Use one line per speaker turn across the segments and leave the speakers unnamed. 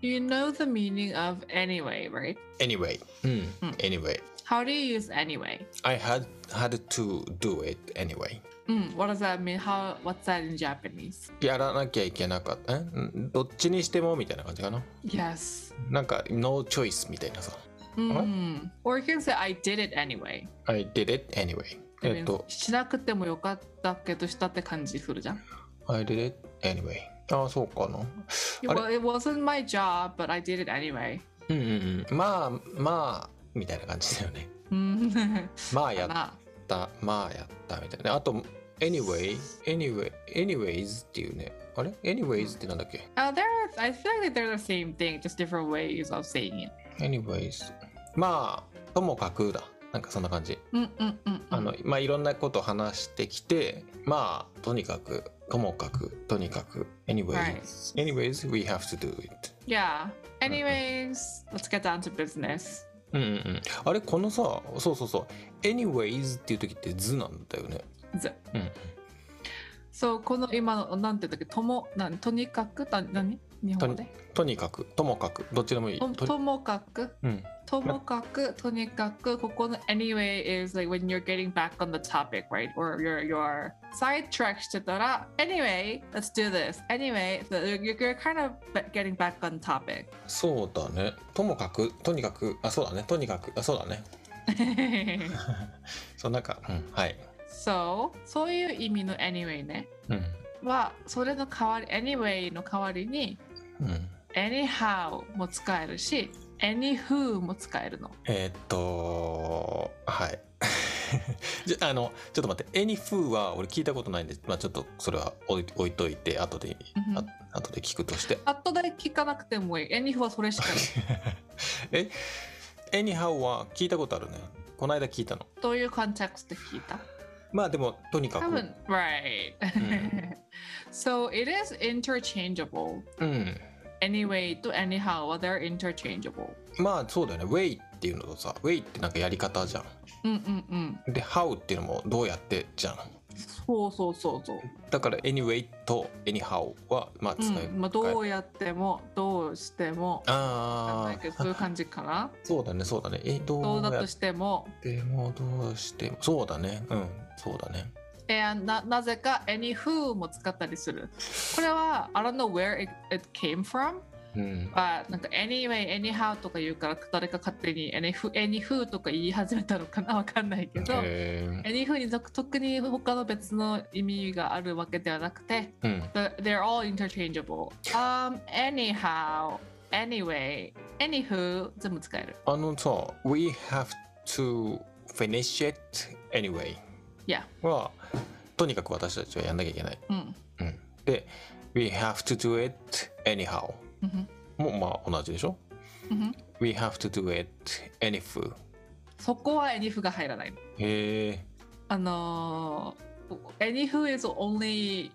You know the meaning of anyway, right?
Anyway, うん
うん
anyway,
How do you use anyway?
I had had to do it anyway.
Mm, what does that mean? How what's that in Japanese?
やらなきゃいけなかった。えんどっちにしてもみたいな感じかな。
Yes.
なんか、no choice みたいなさ。
Mm. Or you can say I did it anyway.
I did it anyway. えっと、
しなくてもよかったけどしたって感じするじゃん。
I did it anyway. ああ、そうかな。あ
Well,
れ
it wasn't my job, but I did it anyway.
うんうんうん。まあ、まあ、みたいな感じだよね。
うん
まあやっ
な
た、まあやったみたいな。あと、anyway, anyway, anyways っていうね。あれ ?anyways ってなんだっけ
Uh, there are, I feel like they're the same thing, just different ways of saying it.
?anyways。まあ、ともかくだ。なんかそんな感じ。
うんうんうんうん。
あの、まあいろんなこと話してきて、まあ、とにかく、ともかく、とにかく、anyways、
Right.
anyways, we have to do it.
Yeah. Anyways, let's get down to business.
うんうんうん。あれ、このさ、そうそうそう、anyways っていう時って図なんだよね。
ず
うん。
そう、この今の、なんて言ったっけ、とも、なんとにかく、な何日本語で
とにかく、ともかく、どっちでもいい。
と
と
ともかく、
うん。
ともかく、とにかく、ここの anyway is like when you're getting back on the topic, right? Or you're, you're sidetracked してたら、anyway, let's do this. Anyway, so you're, you're kind of getting back on topic.
そうだね。ともかく、とにかく、あ、そうだね。とにかく、あ、そうだね。そう、なんか、うん、はい。
so, そういう意味の anyway ね。
うん。
は、それの代わり、anyway の代わりに、
うん。
anyhow も使えるし anywho も使えるの
えーっと、はい。 じゃあのちょっと待って「エニフー」は俺聞いたことないんで、まあ、ちょっとそれは置い置いといて後で、
うん
あ後で聞くとして
パッとで聞かなくてもいい anywho はそれ しかない
えエニハウは聞いたことあるねこの間聞いたの
どういうコンテクストで聞いた
まあでもとにかく
多分 right、
ん
so it is interchangeable
うん、
anyway と anyhow は they're interchangeable
まあそうだよね「ウェイ」っていうのとさ「ウェイ」ってなんかやり方じゃ
うんうんうん
んで「ハウ」っていうのもどうやってじゃん
そうそうそうそう、
だから「anyway」と「anyhow」はまあ使える、
うんまあ、どうやってもどうしてもわかん
あ
な
あ
いけどそういう感じか な
そうだねそうだねえど
どう
う
だ
や
と
っ
しても
てもどうしてもそうだねうんそうだね
And ななぜか anywho も使ったりする。これは I don't know where it, it came from,
うん、
but なんか anyway, anyhow とか言うから誰か勝手に anywho, anywho とか言い始めたのかなわ かんないけど、
え
anywho に特特に他の別の意味があるわけではなくて、
ー、うん、
the- they're all interchangeable. Um, anyhow, anyway, anywho 全部使える。
あのさ「We have to finish it anyway
Yeah.
は」とにかく私たちはやんなきゃいけない、
うん。
うん、で「We have to do it anyhow
うんふん」
もまあ同じでしょ
うんふん
We have to do it anyhow
そこは anywho が入らない。
へえ
あのー、anywho is only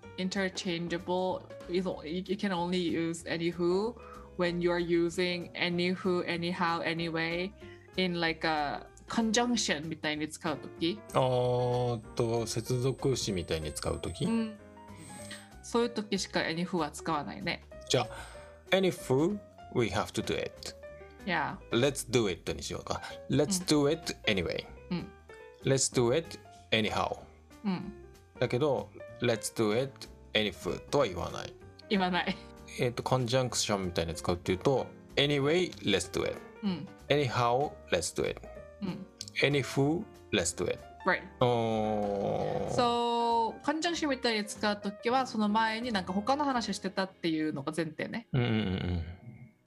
interchangeable. is- You can only use anywho when you're using anywho, anyhow, anyway in like a conjunction みたいに使うとき。
あーっと接続詞みたいに使う時、
うんそういうときしか anywho は使わないね。
じゃあ「anyhow we have to do it」
Yeah.
Let's do it にしようか。Let's do it anyway、
うん
Let's do it anyhow。
うん。
だけど、Let's do it anyhow とは言わない。
言わない。
えっ、と、コンジャンクションみたいに使うっていうと、Anyway, let's do it。
うん。
Anyhow, let's do it。
うん。
Anyhow, let's do it。
Right.
おー。
So, conjunction みたいに使うときは、その前になんか他の話をしてたっていうのが前提ね。
うんうんうんうん。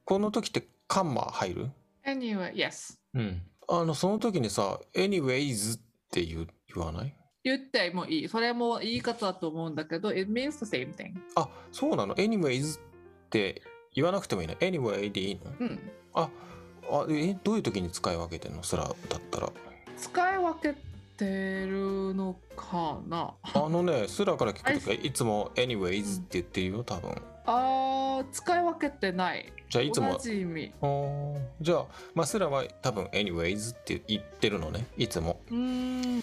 この時ってカンマ入る
Anyway, yes.
うん。あの、その時にさ、Anyways って言う言わない
言ってもいい。それも言い方だと思うんだけど、it means the same thing.
あ、そうなの ?Anyways って言わなくてもいいの ?Anyway でいいの
うん。
ああえどういう時に使い分けてんのそらだったら
使い分けてるのかな
あのねスラから聞くと
は
かいつも「anyways」って言ってるよ多分
あー、使い分けてない。
じゃあいつ
同
も
じ意味。
あーじゃあ、まあ、スラは多分「anyways」って言ってるのねいつも
うーん。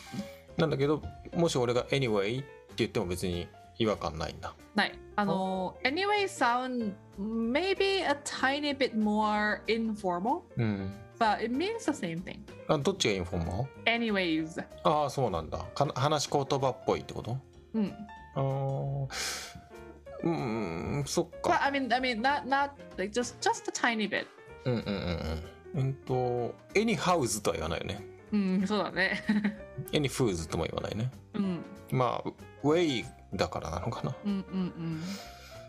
なんだけどもし俺が「anyway」って言っても別に違和感ないんだ。
ないあの anyway sound maybe a tiny bit more informal
うん。
but it means the same thing
あどっちがインフォーマル
anyways
ああ、そうなんだ。か話し言葉っぽいってこと
うん
あーうん、そっ
but
か。
I mean I mean not not like just just a tiny bit
うんうんうんうん。うんと、エニハウズとは言わないよね。
うんそうだね
エニフーズとも言わないね。
うん
まあ、ウェイだからなのかな。
Mm, mm, mm.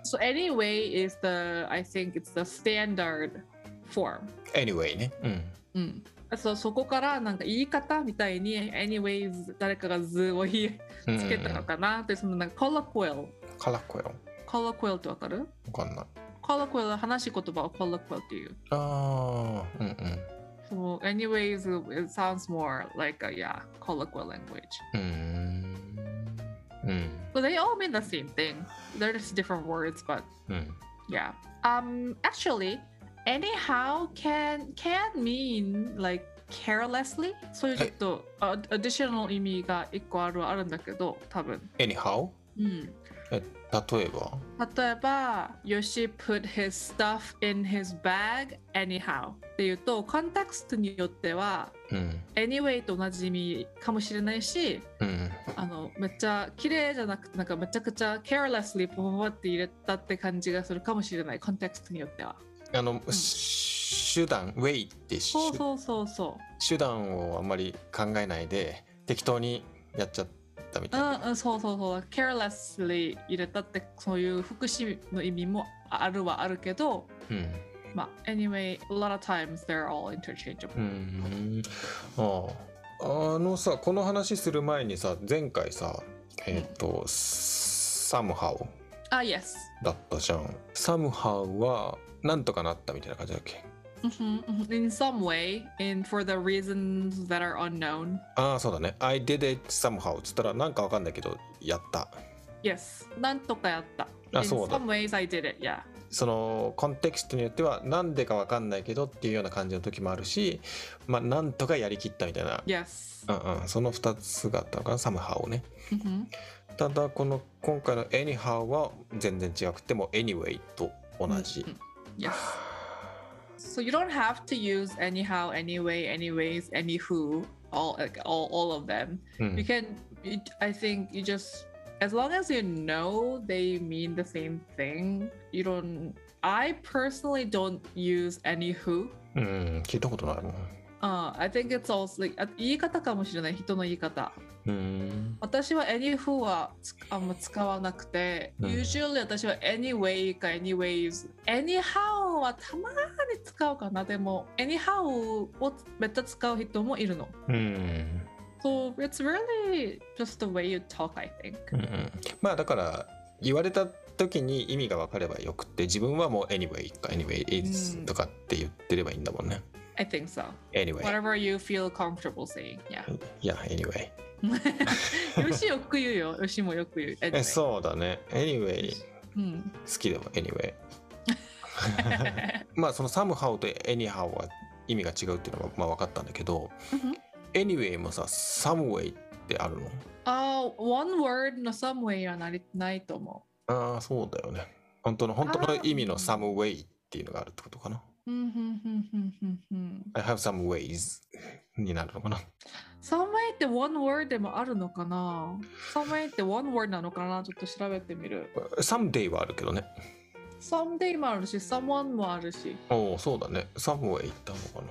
So anyway is the I think it's the standard form.
anyway ね。うん。
うん。そうそこからなんか言い方みたいに anyways 誰かが図をひ
うん
つけたのかなって、そのなんか colloquial
空っぽやろ。
colloquial ってわかる
わかんない。
?colloquial は話し言葉を colloquial っていう。
ああ、うんうん。
その anyways it sounds more like a yeah colloquial language.
うーん。うん。
So they all mean the same thing. They're just different words, but
うん。
Yeah. Um. Actually, anyhow can can mean like carelessly. そういうちょっとあ additional 意味が一個あるはあるんだけど、多分。
anyhow?
うん。例
え例えば
えば、Yoshi put his stuff in his bag anyhow っていうと、コンテクストによっては、
うん。
anyway と同じ意味かもしれないし、
うん。
あのめっちゃ綺麗じゃなくて、なんかめちゃくちゃ carelessly ポポポって入れたって感じがするかもしれない、コンテクストによっては。
あの、し手段、ウェイってし
そうそうそうそう。
手段をあんまり考えないで適当にやっちゃったみたいな。
うんうん、そうそうそう carelessly 入れたってそういう副詞の意味もあるはあるけど
うん。
まあ anyway a lot of times they're all interchangeable
Hmm. うん。ああ。あのさ、この話する前にさ、前回さ、えっ、と、サムハウ
あ Ah, yes
だったじゃん。サムハウは、なんとかなったみたいな感じだっけ
うんうんうん Mm-hmm, in some way and for the reasons that are unknown
ああ、そうだね。I did it somehow っつったら、なんかわかんないけど、やった。
yes なんとかやった
あ
in
そうだ
some ways I did it yeah
そのコンテクストによってはなんでかわかんないけどっていうような感じの時もあるし、まあ、なんとかやりきったみたいな、
yes Mm-hmm.
うんうん、その2つがあったのかなサムハオね
うんうん
ただこの今回の「anyhow」は全然違くても「anyway」と同じ、
うんうん yes so you don't have to use anyhow anyway anyways anywho all like, all all of them
うんう
you
ん
can you, i think you just as long as you know they mean the same thing you don't i personally don't use any who
聞いたことないもん
uh, I think it's also like あ言い方かもしれない人の言い方
うーん
私は any who はつあんま使わなくて、
うん
usually 私は anyway か anyways anyhow はたまに使うかなでも anyhow をめっちゃ使う人もいるの
うん
so it's really just the way you talk I think
うんうんまあだから言われた時に意味が分かればよくって自分はもう「anyway」か「anyway is」
うん
とかって言ってればいいんだもんね
I think so.
「anyway
Whatever you feel comfortable saying. Yeah. 」
いや「anyway」
よしよく言うよ。よしもよく言う。
えそうだね anyway
う。うん。
好きでも anyway まあそのサムハウとエニハウは意味が違うっていうのはまあ分かったんだけど anyway もさサムウェイってあるの
あ、one word の some way はなりないと思
ああそうだよね本当の本当の
あー
意味のサムウェイっていうのがあるってことかな
う。うんふんふんふんふんふん
I have some ways になるのかな
some way って one word でもあるのかな ?some way って one word なのかなちょっと調べてみる。
someday はあるけどね
someday もあるし、someone もあるし。
おおそうだねサムウェイってあるのか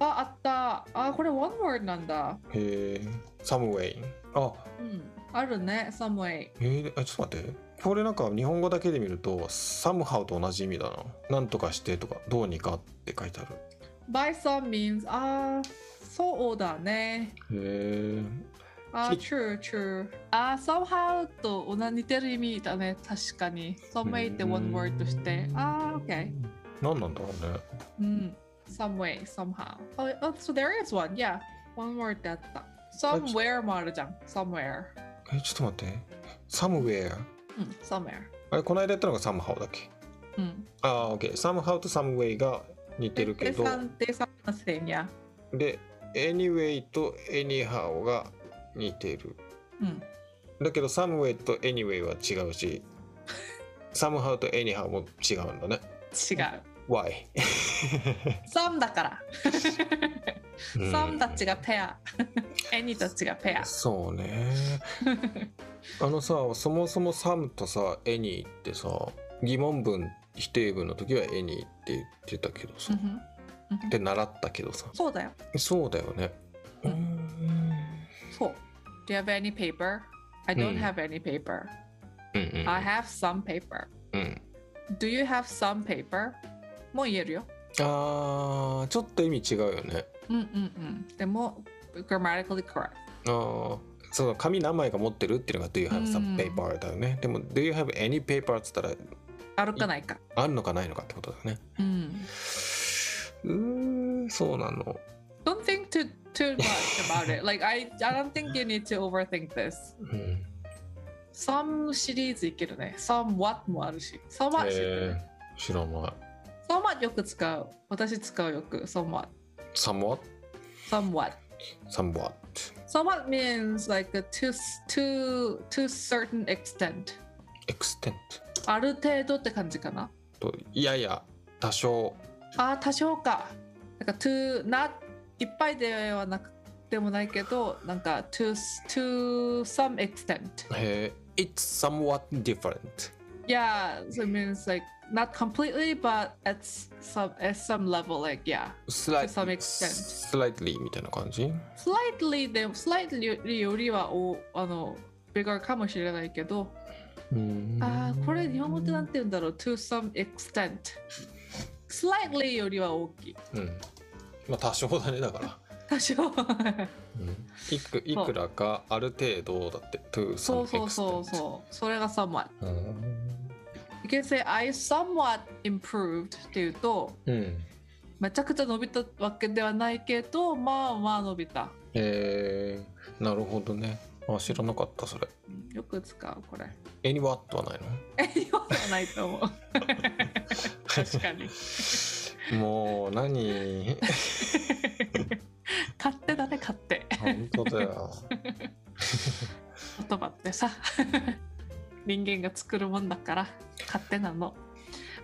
な
あ、あった。あ、これ one word なんだ。
へえサムウェイあ
うん。あるね、some way。
えー、あちょっと待ってこれなんか日本語だけで見ると「サムハウ」と同じ意味だな「なんとかして」とか「どうにか」って書いてある
by some means あーそうだね
へ
あー
き
true true あー somehow と同じ似てる意味だね確かに some way って one word としてあー OK
何なんだろうね
うん some way somehow oh, oh so there is one yeah one word だった
ょ
somewhere もあるじゃん somewhere
えちょっと待って「サムウェア
うん somewhere」
あれこの間やったのが「サムハウ」だっけ
うん
ああ OK「サムハウ」と「サムウェイ」が似てるけど
で三で三のせいや
で「anyway」と「anyhow」が似てる
うん
だけど someway と anyway は違うし somehow と anyhow も違うんだね
違う。
why
サムだから。サムたち
が
がペア。 エニたちがペア。
そ うねあのさそもそも some とさ any ってさ疑問文否定文の時は any って言ってたけどさ、
う
っ
んうんうん
て習ったけどさ
そうだよ。
そうだよね
う
う
ん
ーん
そう。Do you have any paper? I
うん
don't have any paper.
うんうん
I have some paper.
うん、
Do you have some paper? もう言えるよ。
あーちょっと意味違うよね
うんうんうん。でも、grammatically correct.
ああ、その紙何枚か持ってるっていうのが Do you have
う
some
ん
paper だよね。でも Do you have any paper っつったら
歩かないか。
あるのかないのかってことだよね。
うん。
うーん、そうなの。
Don't think too too much about it. Like I, I don't think you need to overthink this.
うん。
Some シリーズいけるね。Some what もあるし。Some what 知ってる
えー、知らない。
Some what よく使う。私使うよく。Some what。
Somewhat?
Some what.
Somewhat.
Some what means like a to to to certain extent.
Extent.
ある程度って感じかな。
といやいや、多少。
ああ、多少か。なんか to not いっぱいではなくでもないけど、なんか to to some extent.
へえ、It's somewhat different.
Yeah, so it means like not completely, but at s- some at some level, like yeah,
Slightly.
To some extent.
Slightly みたいな感じ
slightly で slightly よりはおあの bigger かもしれないけど、あーこれ日本語ってなんて言うんだろう to some extent。slightly よりは大きい。
うん。まあ多少だね、だから。
多少。
いくいくらかある程度だって to
そ
some
うそうそう
extent
そう。それが somewhat。
う
You can say I somewhat improved っていうと、
ん、うん、
めちゃくちゃ伸びたわけではないけど、まあまあ伸びた。
えー、なるほどねあ知らなかったそれ
うんよく使うこれ。
エニワット はない
栄養じゃないと思う。確かに。
のもう何
勝手だね、勝手。
本当だよ
言葉ってさ、人間が作るもんだから、勝手なの。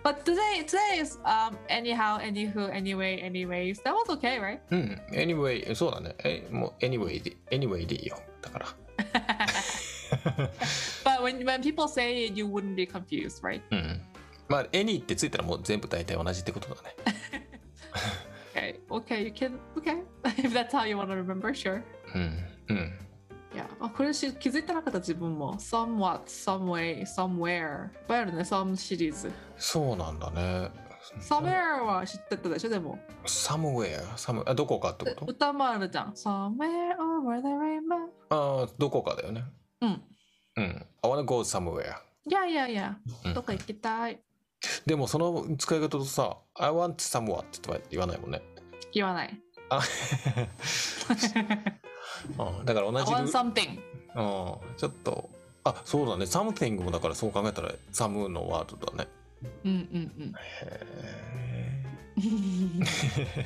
But today, today is um, anyhow, anywho, anyway, anyways. That was okay, right?
うん anyway そうだねえもう anyway で anyway でいいよだから
But when, when people say it, you wouldn't be confused, right?
うんまあ any ってついたらもう全部大体同じってことだね
Okay, okay, you can, okay. If that's how you want to remember, sure.
うんうん
いや、あこれし気づいてなかった自分も。somewhat, some way, somewhere. いっぱいあるね、some シリーズ。
そうなんだね
somewhere は知ってたでしょ、でも。
somewhere some あどこかってこと
歌もあるじゃん。Somewhere over the rainbow.
ああどこかだよね
うん。
うん。I wanna go somewhere.
いやいやいや
うん、
どっか行きたい。
でもその使い方とさ、I want somewhere って言わな いもんね。
言わない。
あうんだから
I
同じ
want
ルール
something.
うん、ちょっと。あそうだね。something もだからそう考えたら some のワードだね。
うんうん
へ
うん。
ー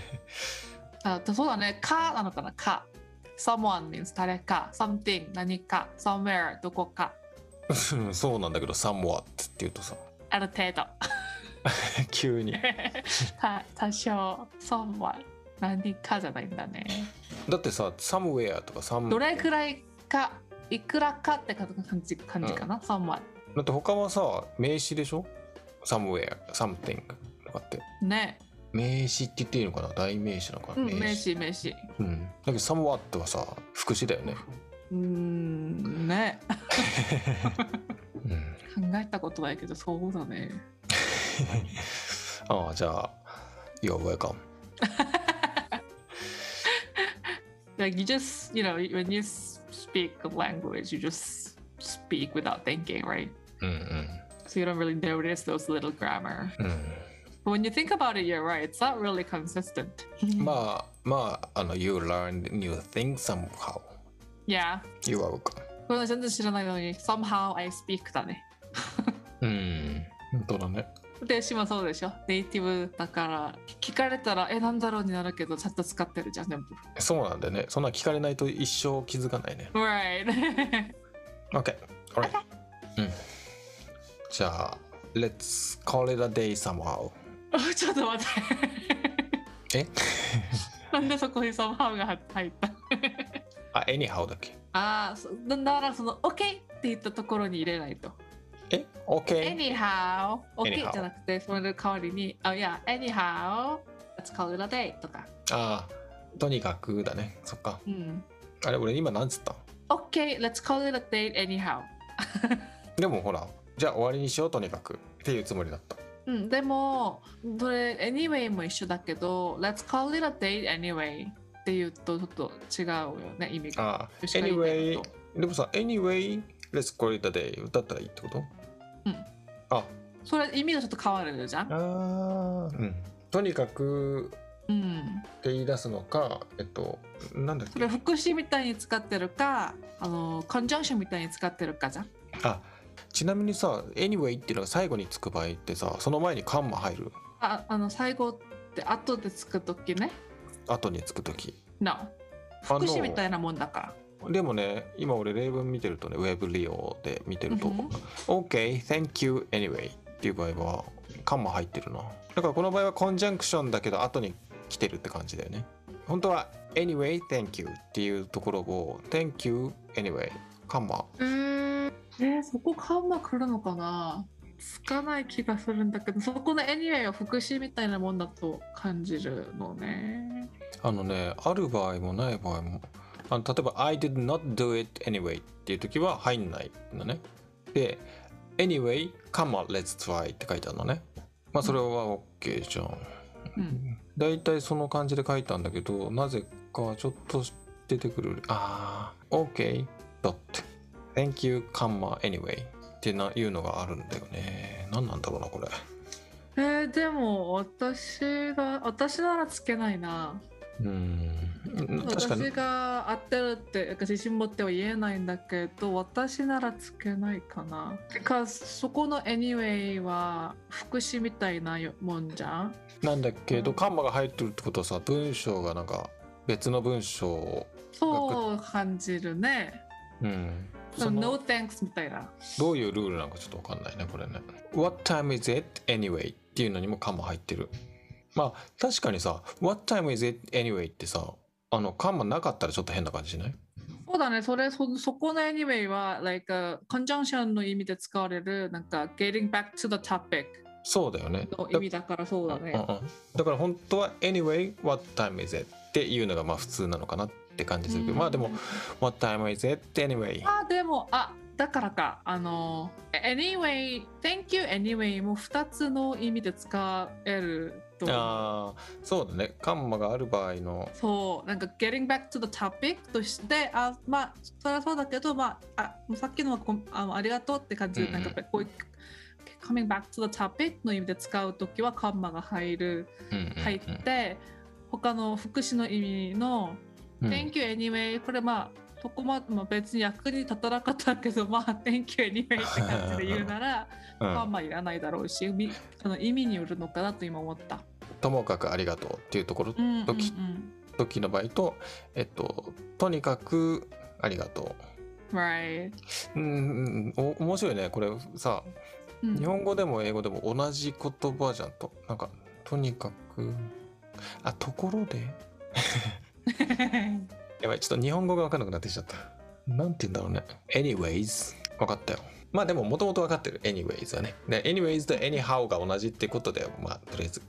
あそうだね。かなのかなか。someone means 誰か。something 何か。somewhere どこか。
うん そうなんだけど somewhat って言 うとさ、
ある程度。
急に。
た多少。somewhat 何かじゃないんだね。
だってさ、somewhere とか some
どれくらいか。いくらかって感じ感じかな、somewhat。
だって他はさ、名詞でしょ ?somewhere, something とかって。
ね。
名詞って言っていいのかな代名詞なのか
う
な、
ん、名詞名詞。
うん、だけどサムワットはさ副詞だよね、
うーんね
うん、
考えたことないけどそうだね
ああじゃあ You're welcome
like you just you know when you s- speak a language you just speak without thinking right
うん
so you don't really notice those little grammar
うん
but when you think about it you're right it's not really consistent
うんまあまああの You learned new things somehow
yeah
You are welcome
これ全然知らないのに somehow I speak だね
うん本当だね
でしもそうでしょネイティブだから聞かれたらえなんだろうになるけどちゃんと使ってるじゃん全部
そうなんだよねそんな聞かれないと一生気づかないね
right
Okay. Alright. うん。じゃあ、Let's call it a day somehow.
ちょっと待って。
え
なんでそこにサムハウが入った
あ、anyhow だっけ
ああ、そなならその OK って言ったところに入れないと。
え ?OK?
Anyhow、
Anyhow
OK じゃなくて、それの代わりに、あ、いや、Anyhow、let's call it a day とか。
ああ、とにかくだね。そっか。
うん。
あれ、俺今なんつった
OK、let's call it a day anyhow。
でもほら、じゃあ終わりにしようとにかくっていうつもりだった。
うん、でも、どれ、anyway も一緒だけど、let's call it a day anyway って言うとちょっと違うよね、意味が。
ああ、
吉川みたい
anyway
なこ、
でもさ、anyway, let's call it a day だったらいいってこと
うん。
あ、
それ意味がちょっと変わるじゃん。
あーうん。とにかく
うん。
って言い出すのか、えっと、なんだっ
そ
け
れ副詞みたいに使ってるか、あの、コンジャンションみたいに使ってるかじゃん。
あ、ちなみにさ、anyway っていうのが最後につく場合ってさ、その前にカンマ入る。
あ、あの、最後って後でつくときね。
後につくとき。
No。
あの
副詞みたいなもんだから。
でもね、今俺例文見てるとね、ウェブ利用で見てると、
うん
OK, thank you, anyway っていう場合は、カンマ入ってるな。だからこの場合はコンジャンクションだけど、後に来てるって感じだよね。本当は、anyway, thank you っていうところを、thank you, anyway, カンマ。
えーそこカンマ来るのかなつかない気がするんだけどそこのエニウェイは副詞みたいなもんだと感じるのね
あのね、ある場合もない場合も、あの例えば、I did not do it anyway っていう時は入んないのね。で、anyway, come on, let's try って書いてあるのね。まあ、それは OK じゃん。
うん
だいたいその感じで書いたんだけど、なぜかちょっと出てくる。ああ、OK, dot, thank you, come on, anyway ってないうのがあるんだよね。何なんだろうな、これ。
えーでも私が私ならつけないな
うーん、確かに
私。が合ってるって自信持っては言えないんだけど私ならつけないかなてかそこのエニウェイは副詞みたいなもんじゃん
なんだけど、
うん
カンマが入ってるってことはさ文章がなんか別の文章を、
そう感じるね
うん、その
No thanks みたいな
どういうルールなのかちょっとわかんないねこれね「What time is it anyway?」っていうのにもカンマ入ってるまあ確かにさ「What time is it anyway?」ってさあのカンマなかったらちょっと変な感じしない
そうだね、それそそこの anyway は、like、uh, conjunction の意味で使われる、なんか、getting back to the topic
そうだよね
の意味だからそうだ
うんう
ね。
ん、だから本当は「Anyway what time is it?」っていうのがまあ普通なのかなって感じするけど、まあでも「What time is it anyway?」
あ、でも、あ、だからか、あの、anyway、thank you anyway も2つの意味で使えると思う。
ああそうだねカンマがある場合の
そう、なんか、getting back to the topic として、あ、まあ、それはそうだけど、まあ、あもうさっきのはこあのありがとうって感じで、
うんうん
なんか、こういう、coming back to the topic の意味で使うときは、カンマが入る。入っ
うんうん
て、他の副詞の意味の「
うん
Thank you anyway」これまあそこままあ、別に役に立たなかったけどまあ「Thank you anyway」って感じで言うなら
うん
まあまあいらないだろうしみその意味によるのかなと今思った。
ともかくありがとうっていうところ、
うんうんうん
ドキ時の場合と、えっと、とにかくありがと
Right.
う。うん、うんお面白いね。これさ、
うん
日本語でも英語でも同じ言葉じゃんと。なんか、とにかく、あ、ところで。やばい、ちょっと日本語が分かんなくなってきちゃった。なんて言うんだろうね。anyways。分かったよ。まあでも、もともと分かってる。anyways はね。で、anyways と anyhow が同じってことで、まあ、とりあえず、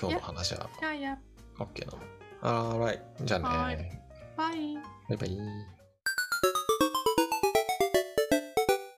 今日の話は
yeah, yeah.
OK なの。あら、right。じゃあね。
はい Bye.
バイバイ。